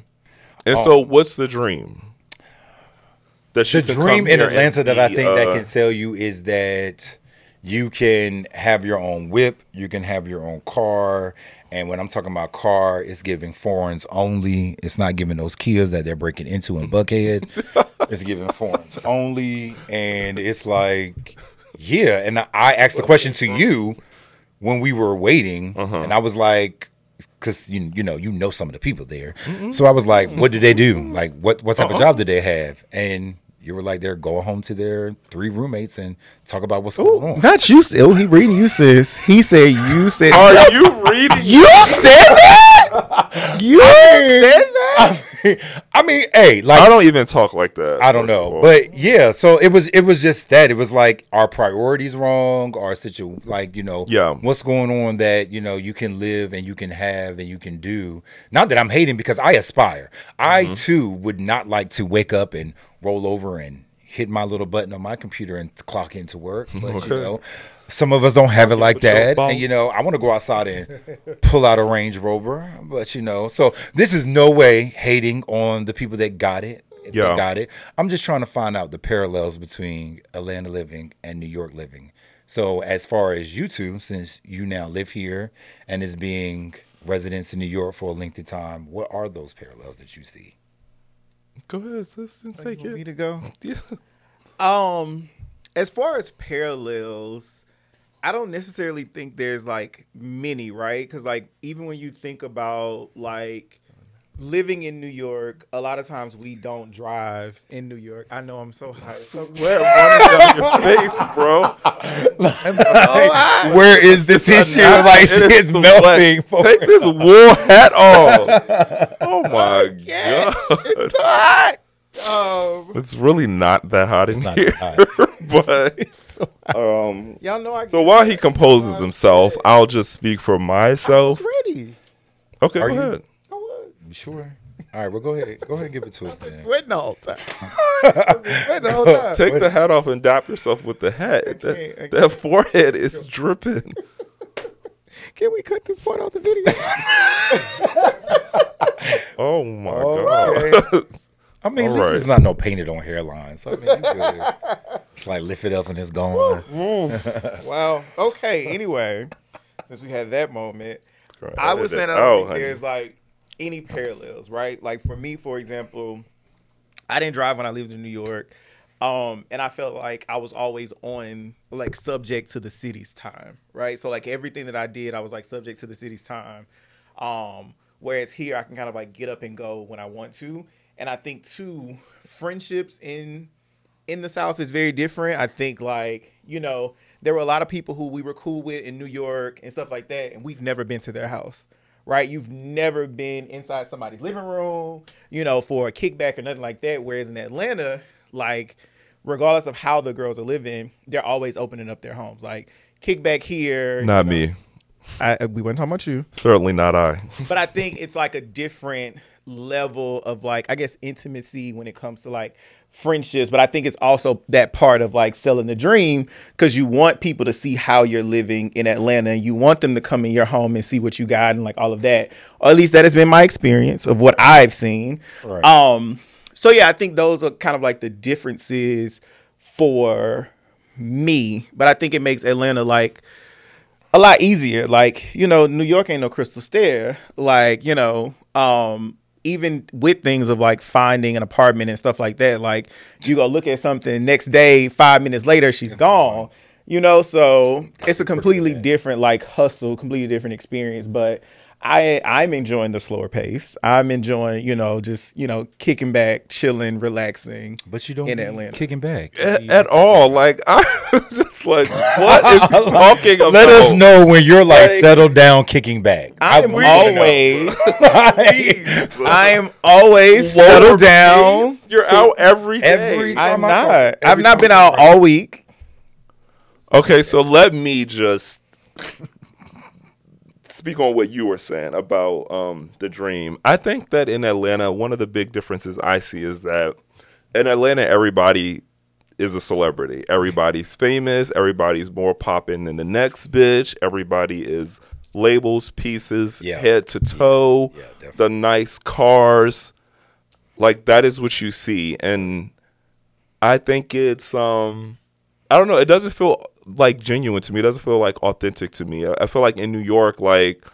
S2: And so, what's the dream? That she
S3: The
S2: can
S3: dream
S2: come
S3: in E,
S2: here and
S3: Atlanta that I
S2: be,
S3: think that
S2: uh,
S3: can sell you is that you can have your own whip, you can have your own car, and when I'm talking about car, it's giving foreigns only. It's not giving those Kias that they're breaking into in Buckhead. it's giving foreigns only, and it's like, yeah. And I- I asked the question to you when we were waiting, and I was like, because you you know you know some of the people there, so I was like, what do they do? Like, what what type of job did they have? And you were like, they're going home to their three roommates and talk about what's going on.
S1: Not you, still. He reading you, sis. He said you said
S2: Are you reading?
S1: You said that? You said that?
S3: I mean, I mean, hey, like
S2: I don't even talk like that.
S3: I don't
S2: first of
S3: know,
S2: all.
S3: but yeah. So it was it was just that it was like our priorities wrong, our situ like you know
S2: Yeah.
S3: what's going on that you know you can live and you can have and you can do. Not that I'm hating because I aspire. I
S2: Mm-hmm.
S3: too would not like to wake up and roll over and hit my little button on my computer and clock into work, but
S2: Okay.
S3: you know. Some of us don't have it like
S2: with your
S3: that,
S2: boss.
S3: and you know I want to go outside and pull out a Range Rover, but you know, so this is no way hating on the people that got it if they
S2: Yeah.
S3: got it. I'm just trying to find out the parallels between Atlanta living and New York living. So as far as you two, since you now live here and is being residents in New York for a lengthy time, what are those parallels that you see?
S2: go ahead, sis, and take
S1: You want me
S2: it.
S1: to go?
S2: Yeah.
S1: Um, as far as parallels, I don't necessarily think there's like many, right? Because like even when you think about like living in New York, a lot of times we don't drive in New York. I know I'm so high. So
S2: Sweat running down your face, bro.
S3: Where is the tissue? Like
S2: It is
S3: shit's
S2: sweat.
S3: melting.
S2: Take this wool hat off. Oh my
S1: yeah,
S2: god,
S1: it's so hot. Um,
S2: it's really not that hot in
S3: not
S2: here,
S3: that
S2: but um.
S1: y'all know I
S2: So while he composes himself, I'll just speak for myself.
S1: ready.
S2: Okay,
S1: Uh,
S3: Are
S2: go
S3: you-
S2: ahead.
S1: I was
S3: You sure. All right, well go ahead. Go ahead and give it to us then.
S1: sweating the whole time. I've been sweating the whole time.
S2: Take the hat off and dap yourself with the hat.
S1: Okay,
S2: that, that forehead is dripping.
S1: Can we cut this part off the video?
S2: Oh my god.
S3: I mean,
S2: All
S3: this
S2: right.
S3: is not no painted on hairline. So I mean, you good. it's like lift it up and it's gone.
S1: wow. Okay. Anyway, since we had that moment,
S2: Right,
S1: I
S2: edit
S1: was
S2: it
S1: saying I
S2: out,
S1: don't think
S2: oh, honey.
S1: there's like any parallels, right? Like for me, for example, I didn't drive when I lived in New York. Um, and I felt like I was always on like subject to the city's time, right? So like everything that I did, I was like subject to the city's time. Um, whereas here I can kind of like get up and go when I want to. And I think too, friendships in in the South is very different. I think like, you know, there were a lot of people who we were cool with in New York and stuff like that, and we've never been to their house right? You've never been inside somebody's living room, you know, for a kickback or nothing like that. Whereas in Atlanta, like regardless of how the girls are living, they're always opening up their homes. Like kickback here. you
S2: Not
S1: know.
S2: me.
S1: I, we weren't talking about you.
S2: Certainly not I.
S1: but I think it's like a different level of like I guess intimacy when it comes to like friendships. But I think it's also that part of like selling the dream because you want people to see how you're living in Atlanta and you want them to come in your home and see what you got and like all of that. Or at least that has been my experience of what I've seen.
S3: Right.
S1: Um so yeah, I think those are kind of like the differences for me. But I think it makes Atlanta like a lot easier. Like, you know, New York ain't no crystal stair. Like, you know, um, even with things of like finding an apartment and stuff like that, like you go look at something next day, five minutes later, she's gone. You know, so it's a completely different like hustle, completely different experience. But I I'm enjoying the slower pace. I'm enjoying, you know, just, you know, kicking back, chilling, relaxing.
S3: But you don't
S1: In
S3: be
S1: Atlanta.
S3: kicking back.
S2: At, at all. Like I'm just like, what is he talking about?
S3: Let us know when you're like,
S2: Like-
S3: settled down, kicking back.
S1: I'm
S3: wanna know.
S1: always
S2: Jeez.
S1: I am always
S2: Whoa,
S1: settled
S2: please.
S1: down.
S2: You're out every day.
S3: Every
S1: I'm
S3: time I talk-
S1: not. I've
S3: every
S1: not
S3: time
S1: been
S3: I
S1: out
S3: talk-
S1: all week.
S2: Okay, so let me just speak on what you were saying about um, the dream. I think that in Atlanta, one of the big differences I see is that in Atlanta, everybody is a celebrity. Everybody's famous. Everybody's more popping than the next bitch. Everybody is labels, pieces,
S3: Yeah.
S2: head to toe,
S3: Yeah, definitely.
S2: the nice cars. Like that is what you see, and I think it's um I don't know, it doesn't feel like genuine to me. It doesn't feel like authentic to me. I, I feel like in New York like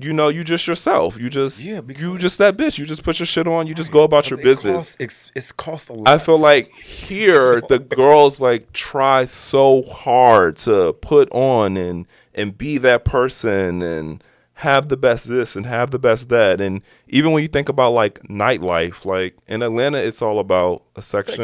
S2: you know, you just yourself. You just
S3: Yeah,
S2: you
S3: because-
S2: just that bitch. You just put your shit on. You just go about your
S3: It
S2: business.
S3: costs- it's, it's cost a lot.
S2: I feel like here the girls like try so hard to put on and and be that person and have the best this and have the best that and even when you think about like nightlife like in Atlanta it's all about a section,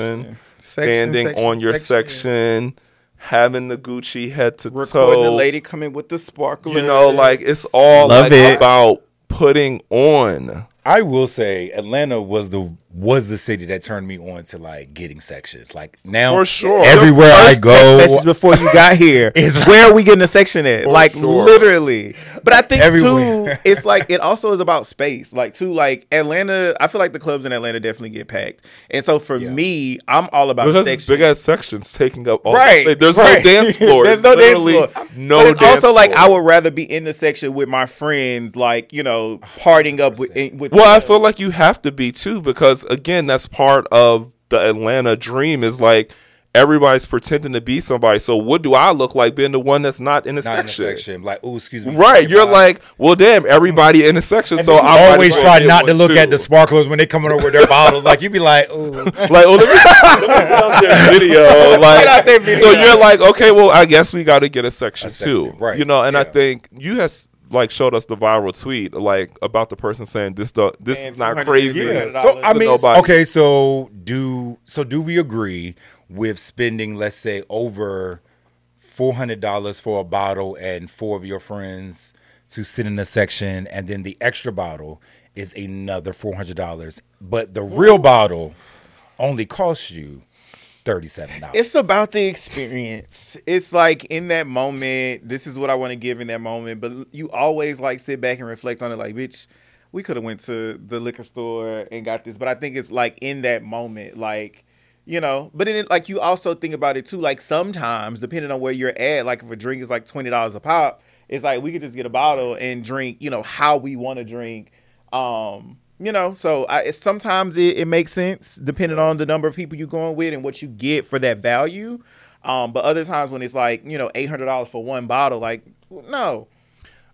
S1: Section,
S2: standing
S1: section,
S2: on your
S1: section.
S2: section, having the Gucci head to
S1: Recording
S2: toe
S1: the lady coming with the sparkler.
S2: you know like it's all
S1: Love
S2: like,
S1: it.
S2: about putting on
S3: I will say Atlanta was the was the city that turned me on to like getting sections. Like now,
S2: For sure.
S3: everywhere
S1: First
S3: I
S1: text
S3: go,
S1: message before you got here.
S3: It's like-
S1: where are we getting a section at? Like
S2: sure.
S1: literally. But I think
S3: Everywhere.
S1: too, it's like it also is about space. Like too, like Atlanta. I feel like the clubs in Atlanta definitely get packed. And so for me, I'm all about
S2: Because it's
S1: section.
S2: big ass sections taking up all
S1: Right.
S2: like, there's
S1: right.
S2: no dance floor.
S1: there's no dance
S2: Literally
S1: floor.
S2: No
S1: but it's
S2: dance
S1: also like
S2: floor.
S1: I would rather be in the section with my friends, like you know, partying up with. with
S2: Well, I feel like you have to be too, because again, that's part of the Atlanta dream is like everybody's pretending to be somebody. So what do I look like being the one that's not in a,
S3: not in a
S2: section?
S3: section. Like, oh, excuse me.
S2: Right. You're
S3: Bye.
S2: like, well damn, everybody in a section. so
S3: You
S2: I might
S3: always
S2: as well
S3: try
S2: get
S3: not to
S2: one,
S3: look at
S2: too.
S3: the sparklers when they coming over with their bottles. Like you'd be like, ooh.
S2: like, oh, let me, let me get out that video. Like,
S1: out that video.
S2: so you're like, okay, well, I guess we got to get a section,
S3: section,
S2: too,
S3: right,
S2: You know, and I
S3: yeah.
S2: think you has like showed us the viral tweet like about the person saying this. do this
S1: Man,
S2: is not
S1: 200
S2: crazy.
S1: years.
S2: So-
S3: So I
S2: to
S3: mean,
S2: nobody.
S3: okay. So do so do we agree with spending, let's say, over four hundred dollars for a bottle and four of your friends to sit in a section, and then the extra bottle is another four hundred dollars, but the real bottle only costs you thirty seven dollars.
S1: It's about the experience. It's like in that moment, this is what I want to give in that moment. But you always like sit back and reflect on it, like, bitch, we could have went to the liquor store and got this. But I think it's like in that moment, like you know. But then it, like you also think about it too, like sometimes depending on where you're at, like if a drink is like twenty dollars a pop, it's like we could just get a bottle and drink, you know, how we want to drink. Um, you know, so I, it's- sometimes it, it makes sense depending on the number of people you're going with and what you get for that value. Um, but other times when it's like, you know, $800 for one bottle, like, no.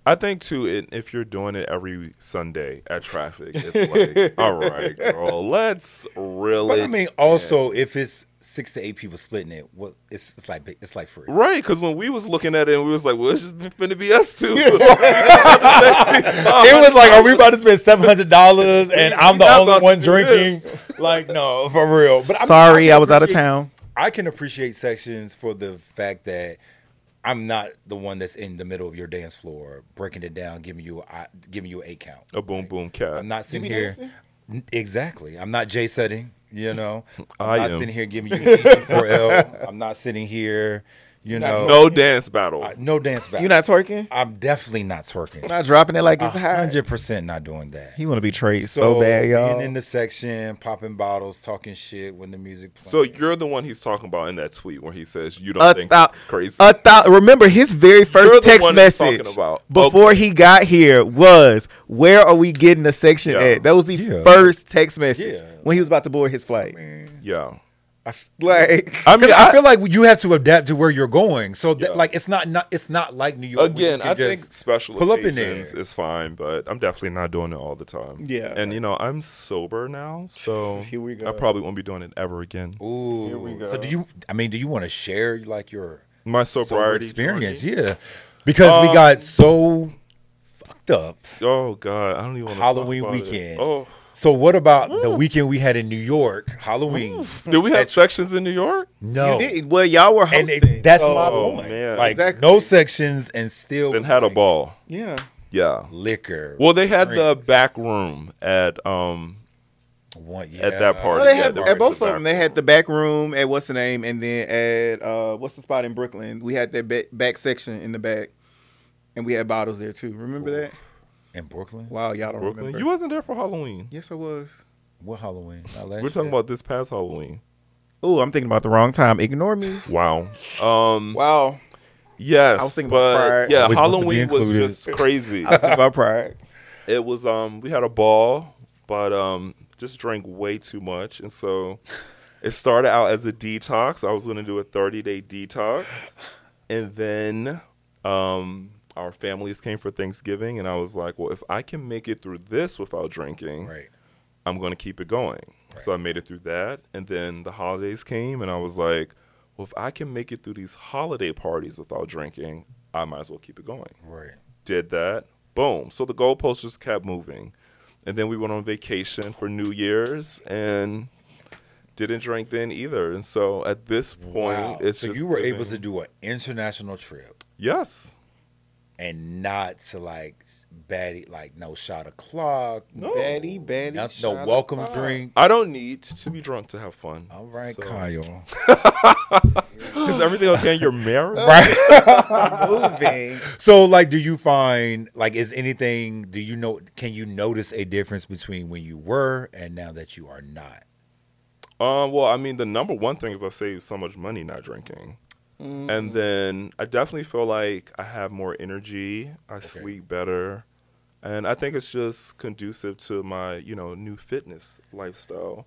S2: I think too, it, if you're doing it every Sunday at traffic, it's like, all right, girl, let's really.
S3: But I mean, also if it's six to eight people splitting it, well, it's it's like it's like free.
S2: Right, because when we was looking at it, we was like, "Well, it's just finna be us too." it
S3: it was like, are we about to spend seven hundred dollars and I'm the
S2: not about
S3: only
S2: to
S3: one
S2: do
S3: drinking?
S2: this.
S3: Like, no, for real. But I'm
S1: Sorry, I was out of
S3: appreciate-
S1: town.
S3: I can appreciate sections for the fact that I'm not the one that's in the middle of your dance floor breaking it down, giving you a, giving you an eight count.
S2: a boom boom cat.
S3: I'm not sitting here. N- Exactly. I'm not J setting. You know, I'm
S2: I
S3: not
S2: am.
S3: sitting here giving you four L. I'm not sitting here. You know,
S2: No dance battle.
S3: Oh. I- no dance battle.
S1: You not twerking?
S3: I'm definitely not twerking.
S1: Not dropping it like it's hot.
S3: Hundred percent not doing that.
S1: He want to be trade so, bad, y'all.
S3: Being in the section, popping bottles, talking shit when the music. Playing.
S2: so you're the one he's talking about in that tweet where he says you don't
S1: a
S2: think
S1: thou-
S2: this is crazy.
S1: A thou- remember his very 1st
S2: You're the
S1: text
S2: one he's talking
S1: message
S2: about.
S1: before he got here was, "Where are we getting the section
S2: Yeah.
S1: at?" That was the
S3: Yeah.
S1: first text message
S3: Yeah.
S1: when he was about to board his flight.
S2: yeah.
S1: Like,
S2: I mean,
S3: I,
S2: I,
S3: feel like you have to adapt to where you're going. So that,
S2: Yeah.
S3: like it's not, not it's not like New York. where you
S2: again,
S3: can
S2: I
S3: just-
S2: think special
S3: pull up in
S2: occasions
S3: there.
S2: is fine, but I'm definitely not doing it all the time.
S1: Yeah.
S2: and you know I'm sober now, so
S1: Here we go.
S2: I probably won't be doing it ever again.
S3: Ooh. So do you? I mean, do you want to share like your
S2: My
S3: sober
S2: sobriety
S3: experience?
S2: journey?
S3: Yeah, because we
S2: Um,
S3: got so fucked up.
S2: Oh God, I don't even want to
S3: Halloween
S2: talk about it.
S3: weekend.
S2: Oh,
S3: So what about the weekend we had in New York, Halloween?
S2: do we have sections in New York?
S3: No,
S1: you did, well, y'all were
S3: and
S1: hosting.
S3: it, that's my
S2: Oh,
S3: point.
S2: man.
S3: Like
S1: Exactly.
S3: no sections and still
S2: And
S3: was
S2: had a
S3: like
S2: ball.
S1: yeah.
S2: Yeah.
S3: liquor.
S2: Well, they had the back room at um
S3: One-
S2: at that
S3: yeah.
S2: party.
S1: Well, Oh, they
S2: Yeah,
S1: had
S2: they were
S1: at
S2: in
S1: both
S2: the
S1: of them. They
S2: back
S1: had the back room at what's the name, and then at uh, what's the spot in Brooklyn? We had that back, back section in the back, and we had bottles there too. Remember that?
S3: in Brooklyn.
S1: Wow, y'all don't
S2: Brooklyn.
S1: remember.
S2: You wasn't there for Halloween.
S1: yes, I was.
S3: What Halloween? Not last
S2: We're talking
S3: year.
S2: about this past Halloween.
S1: Oh, I'm thinking about the wrong time. Ignore me.
S2: Wow. Um.
S1: Wow.
S2: Yes.
S1: I was thinking
S2: but
S1: about Pride.
S2: yeah,
S3: Are we supposed to be
S2: Halloween was
S3: included?
S2: just crazy.
S1: about pride.
S2: it was um we had a ball but um just drank way too much and so it started out as a detox i was going to do a 30 day detox and then um our families came for thanksgiving and i was like well if i can make it through this without drinking
S3: right.
S2: i'm going to keep it going so i made it through that and then the holidays came and i was like well if i can make it through these holiday parties without drinking i might as well keep it going
S3: Right.
S2: did that. Boom. So the goalposts just kept moving. And then we went on vacation for New Year's and didn't drink then either. And so at this point,
S3: Wow.
S2: it's
S3: so
S2: just
S3: you were
S2: living-
S3: able to do an international trip
S2: Yes.
S3: and not to like baddie, like no shot o'clock, no,
S1: Betty, Betty.
S3: no, welcome drink.
S2: I don't need to be drunk to have fun.
S3: All right,
S2: So-
S3: Kyle.
S2: Is everything okay in your marriage?
S1: Moving.
S3: So, like, do you find like is anything? Do you know? Can you notice a difference between when you were and now that you are not?
S2: Um, well, I mean, the number one thing is I save so much money not drinking. And then I definitely feel like I have more energy, I sleep better, and I think it's just conducive to my, you know, new fitness lifestyle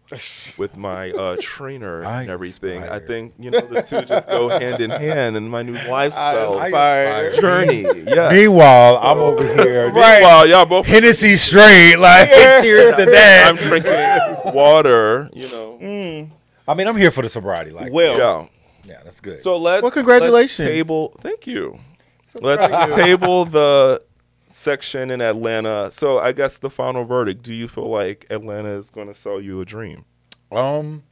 S2: with my uh, trainer
S3: I
S2: and everything. I
S3: inspired.
S2: think, you know, the two just go hand in hand in my new lifestyle
S1: I inspired.
S2: journey. Yeah.
S3: Meanwhile, I'm over here,
S2: Meanwhile, y'all both
S3: Hennessy straight. Like, cheers to
S2: I'm
S3: that.
S2: drinking water, you know.
S3: I mean, I'm here for the sobriety. Like,
S1: Well,
S2: Yeah.
S3: yeah, that's good.
S2: So let's
S1: Well, congratulations.
S2: let's table. Thank you. Let's table the section in Atlanta. So I guess the final verdict. Do you feel like Atlanta is going to sell you a dream?
S3: Um,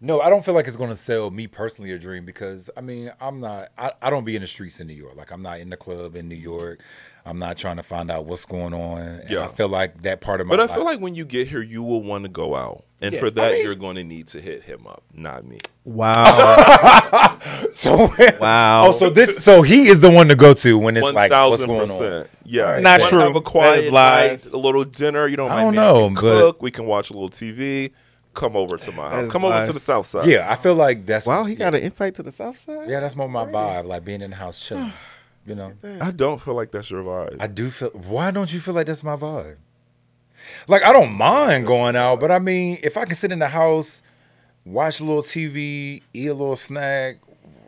S3: no, I don't feel like it's gonna sell me personally a dream because I mean I'm not I, I don't be in the streets in New York. Like I'm not in the club in New York. I'm not trying to find out what's going on. And
S2: Yeah.
S3: I feel like that part of my
S2: But I
S3: life-
S2: feel like when you get here, you will want to go out, and for
S3: Yes.
S2: that,
S3: I mean-
S2: you're going to need to hit him up, not me.
S1: Wow.
S3: so
S1: Wow.
S3: Oh, so this so he is the one to go to when it's
S2: One
S3: like what's
S2: thousand
S3: going on.
S2: percent. Yeah,
S1: Not
S2: Let's
S1: true.
S2: Have a
S1: That is
S2: quiet
S1: lies.
S2: night, a little dinner. You know,
S3: I
S2: my man
S3: don't know,
S2: can
S3: but-
S2: cook. We can watch a little TV. Come over to my house.
S1: is
S2: Come over
S1: lies.
S2: to the south side.
S3: Yeah, I feel like that's
S1: wow, he got an invite to the South Side?
S3: yeah that's more my vibe. Like being in the house chilling. you know,
S2: I don't feel like that's your vibe.
S3: I do feel. Why don't you feel like that's my vibe? Like I don't mind going out, but I mean, if I can sit in the house, watch a little TV, eat a little snack,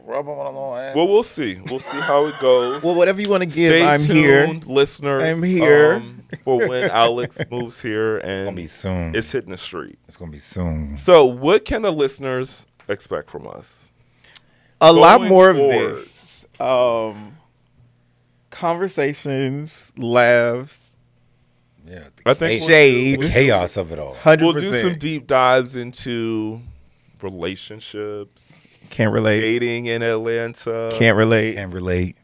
S3: rub on a little ass.
S2: well, we'll see. We'll see how it goes.
S1: Well, whatever you want to give,
S2: Stay
S1: I'm
S2: tuned,
S1: here.
S2: listeners.
S1: I'm here.
S2: um, for when Alex moves here
S3: it's gonna
S2: and
S3: be
S2: it's,
S3: soon. It's,
S2: hitting the street.
S3: gonna be soon.
S2: So, what can the listeners expect from us?
S1: A lot
S2: Going
S1: more of
S2: forward.
S1: this. Um, conversations, laughs,
S3: Yeah, the
S2: I think
S3: cha-
S1: shade.
S3: the chaos of it all.
S1: 100%.
S2: We'll do some deep dives into relationships,
S1: Can't relate.
S2: dating in Atlanta.
S1: Can't relate.
S3: Can't relate.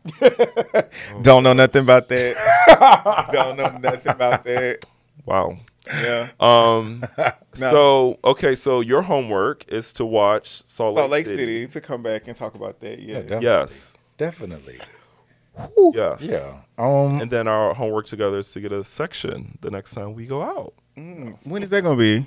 S1: Don't know nothing about that. Don't know nothing about that.
S2: Wow.
S1: Yeah.
S2: Um, So okay, so your homework is to watch Salt,
S1: Salt Lake City. to come back and talk about that. Yeah.
S3: definitely.
S2: Yes,
S3: Definitely.
S2: yes,
S3: Yeah. Um.
S2: And then our homework together is to get a section the next time we go out.
S1: when is that gonna be?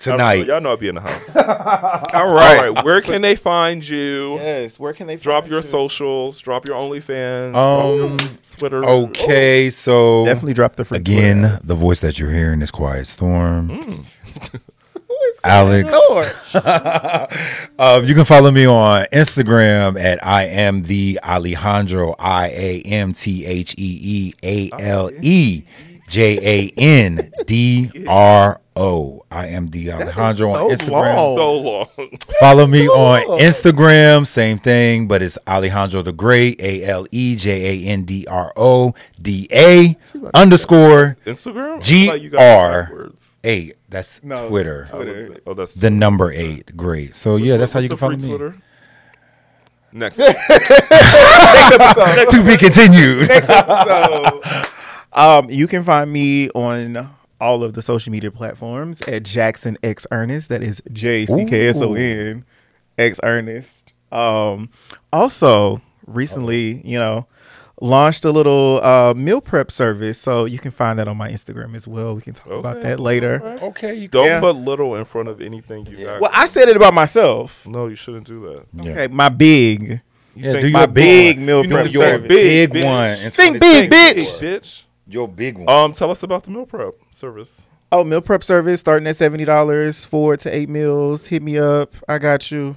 S2: I don't know,
S3: Tonight.
S2: y'all know I'll be in the house. All right. All right. Where can they find you?
S1: Yes. Where can they
S2: Drop
S1: find
S2: your
S1: you?
S2: socials. Drop your OnlyFans.
S1: Um,
S2: drop your Twitter.
S3: Okay. So
S1: Definitely drop the free
S3: again,
S1: brand.
S3: the voice that you're hearing is Quiet Storm.
S1: Who is that?
S3: Alex.
S1: Lord.
S3: Uh, you can follow me on Instagram at I am the Alejandro I A M T H E E A L E J A N D R O. I am the Alejandro
S1: so
S3: on Instagram.
S1: long.
S2: Oh, So long.
S3: Follow me
S1: long.
S3: on Instagram, same thing, but it's Alejandro the Great, A L E J A N D R O D A underscore
S2: Instagram. I
S3: G
S2: thought you got it
S3: R.
S2: backwards.
S3: eight. That's
S1: No,
S3: Twitter.
S1: Twitter.
S2: Oh, that's
S3: The number eight. Great. So yeah, that's how you
S2: What's
S3: can
S2: the
S3: follow
S2: free
S3: me.
S2: Twitter. Next. Thank
S3: To be continued.
S1: so um, you can find me on all of the social media platforms at Jackson X Ernest. That is J C K S O N X Ernest. Um, also, recently, you know, launched a little uh, meal prep service. So you can find that on my Instagram as well. We can talk about
S2: Okay,
S1: that later.
S3: okay, you
S2: Don't
S1: Yeah.
S2: put little in front of anything you got.
S1: Well, I said it about myself.
S2: no, you shouldn't do that.
S3: Yeah.
S1: Okay, my big.
S3: Yeah,
S2: think
S3: do
S1: my
S3: your
S1: big
S3: big
S1: meal
S3: one. You know
S1: prep
S3: your
S1: service.
S3: big, Uh,
S2: Big,
S3: one.
S2: bitch.
S3: It's
S1: Think
S3: funny.
S1: big, bitch.
S2: bitch.
S3: Your big one.
S2: Um, tell us about the meal prep service.
S1: Oh, meal prep service starting at seventy dollars, four to eight meals. Hit me up. I got you.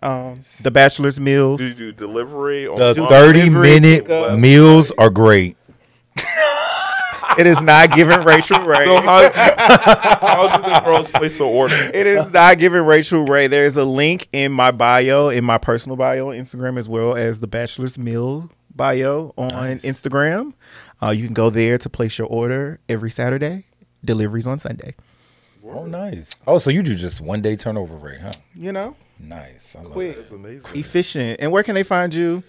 S1: Um, the bachelor's meals.
S2: Do you do delivery or
S3: the
S2: online?
S3: thirty
S1: delivery,
S3: minute
S1: pickup.
S3: meals are great.
S1: It is not giving Rachel Ray.
S2: So how, how do the girls place an order?
S1: it is not giving Rachel Ray. There is a link in my bio, in my personal bio on Instagram, as well as the Bachelor's Meal bio on Instagram. Uh, you can go there to place your order every Saturday. Deliveries on Sunday.
S3: Oh, nice. Oh, so you do just one day turnover rate, huh?
S1: You know,
S3: Nice. I love
S1: quick,
S2: That's amazing.
S1: efficient. And where can they find you?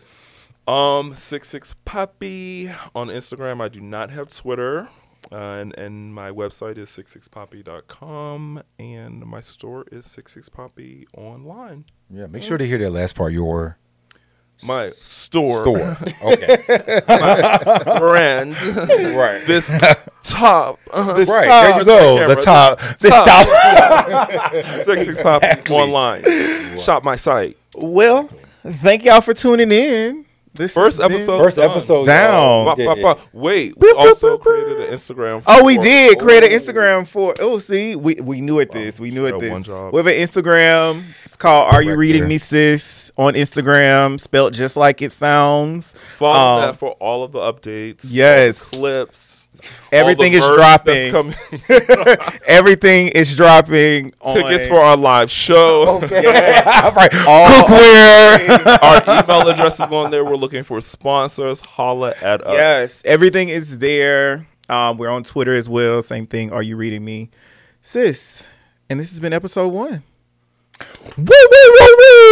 S2: Um, six six poppy on Instagram. I do not have Twitter, uh, and and my website is 66poppy.com, and my store is 66poppy online.
S3: that. Yeah, make sure to hear that last part. Your
S2: My store,
S3: store. Okay.
S2: brand,
S3: right.
S2: this top, this
S3: right.
S1: top.
S3: There you go. The top. This top.
S2: six six poppy online. Shop my site.
S1: Well, thank y'all for tuning in. This
S2: First
S1: has been-
S2: episode.
S3: First
S2: done.
S3: episode.
S1: Down.
S2: Ba-
S3: y'all.
S2: ba- ba- Wait, we
S1: Oh, Boop, boop,
S2: also
S1: boop, boop.
S2: created an Instagram.
S1: Oh, we
S2: for-
S1: did create an
S2: Oh.
S1: Instagram for. Oh, see, we we knew at this. We knew at
S2: Got
S1: this.
S2: one job.
S1: We have an Instagram. It's called "Are You
S3: Right
S1: Reading
S3: there.
S1: Me, Sis?" on Instagram, spelt just like it sounds. Um,
S2: Follow that for all of the updates.
S1: Yes,
S2: clips.
S1: Everything is
S2: all the merch
S1: dropping.
S2: that's coming.
S1: everything is dropping.
S2: Tickets
S1: on- Oh,
S2: for our live show.
S3: right.
S1: all.
S3: Cookware.
S2: our email address is on there. We're looking for sponsors. Holla at us.
S1: Yes, everything is there. Um, we're on Twitter as well. Same thing. Are you reading me, sis? And this has been episode one.
S3: woo, woo, woo, woo.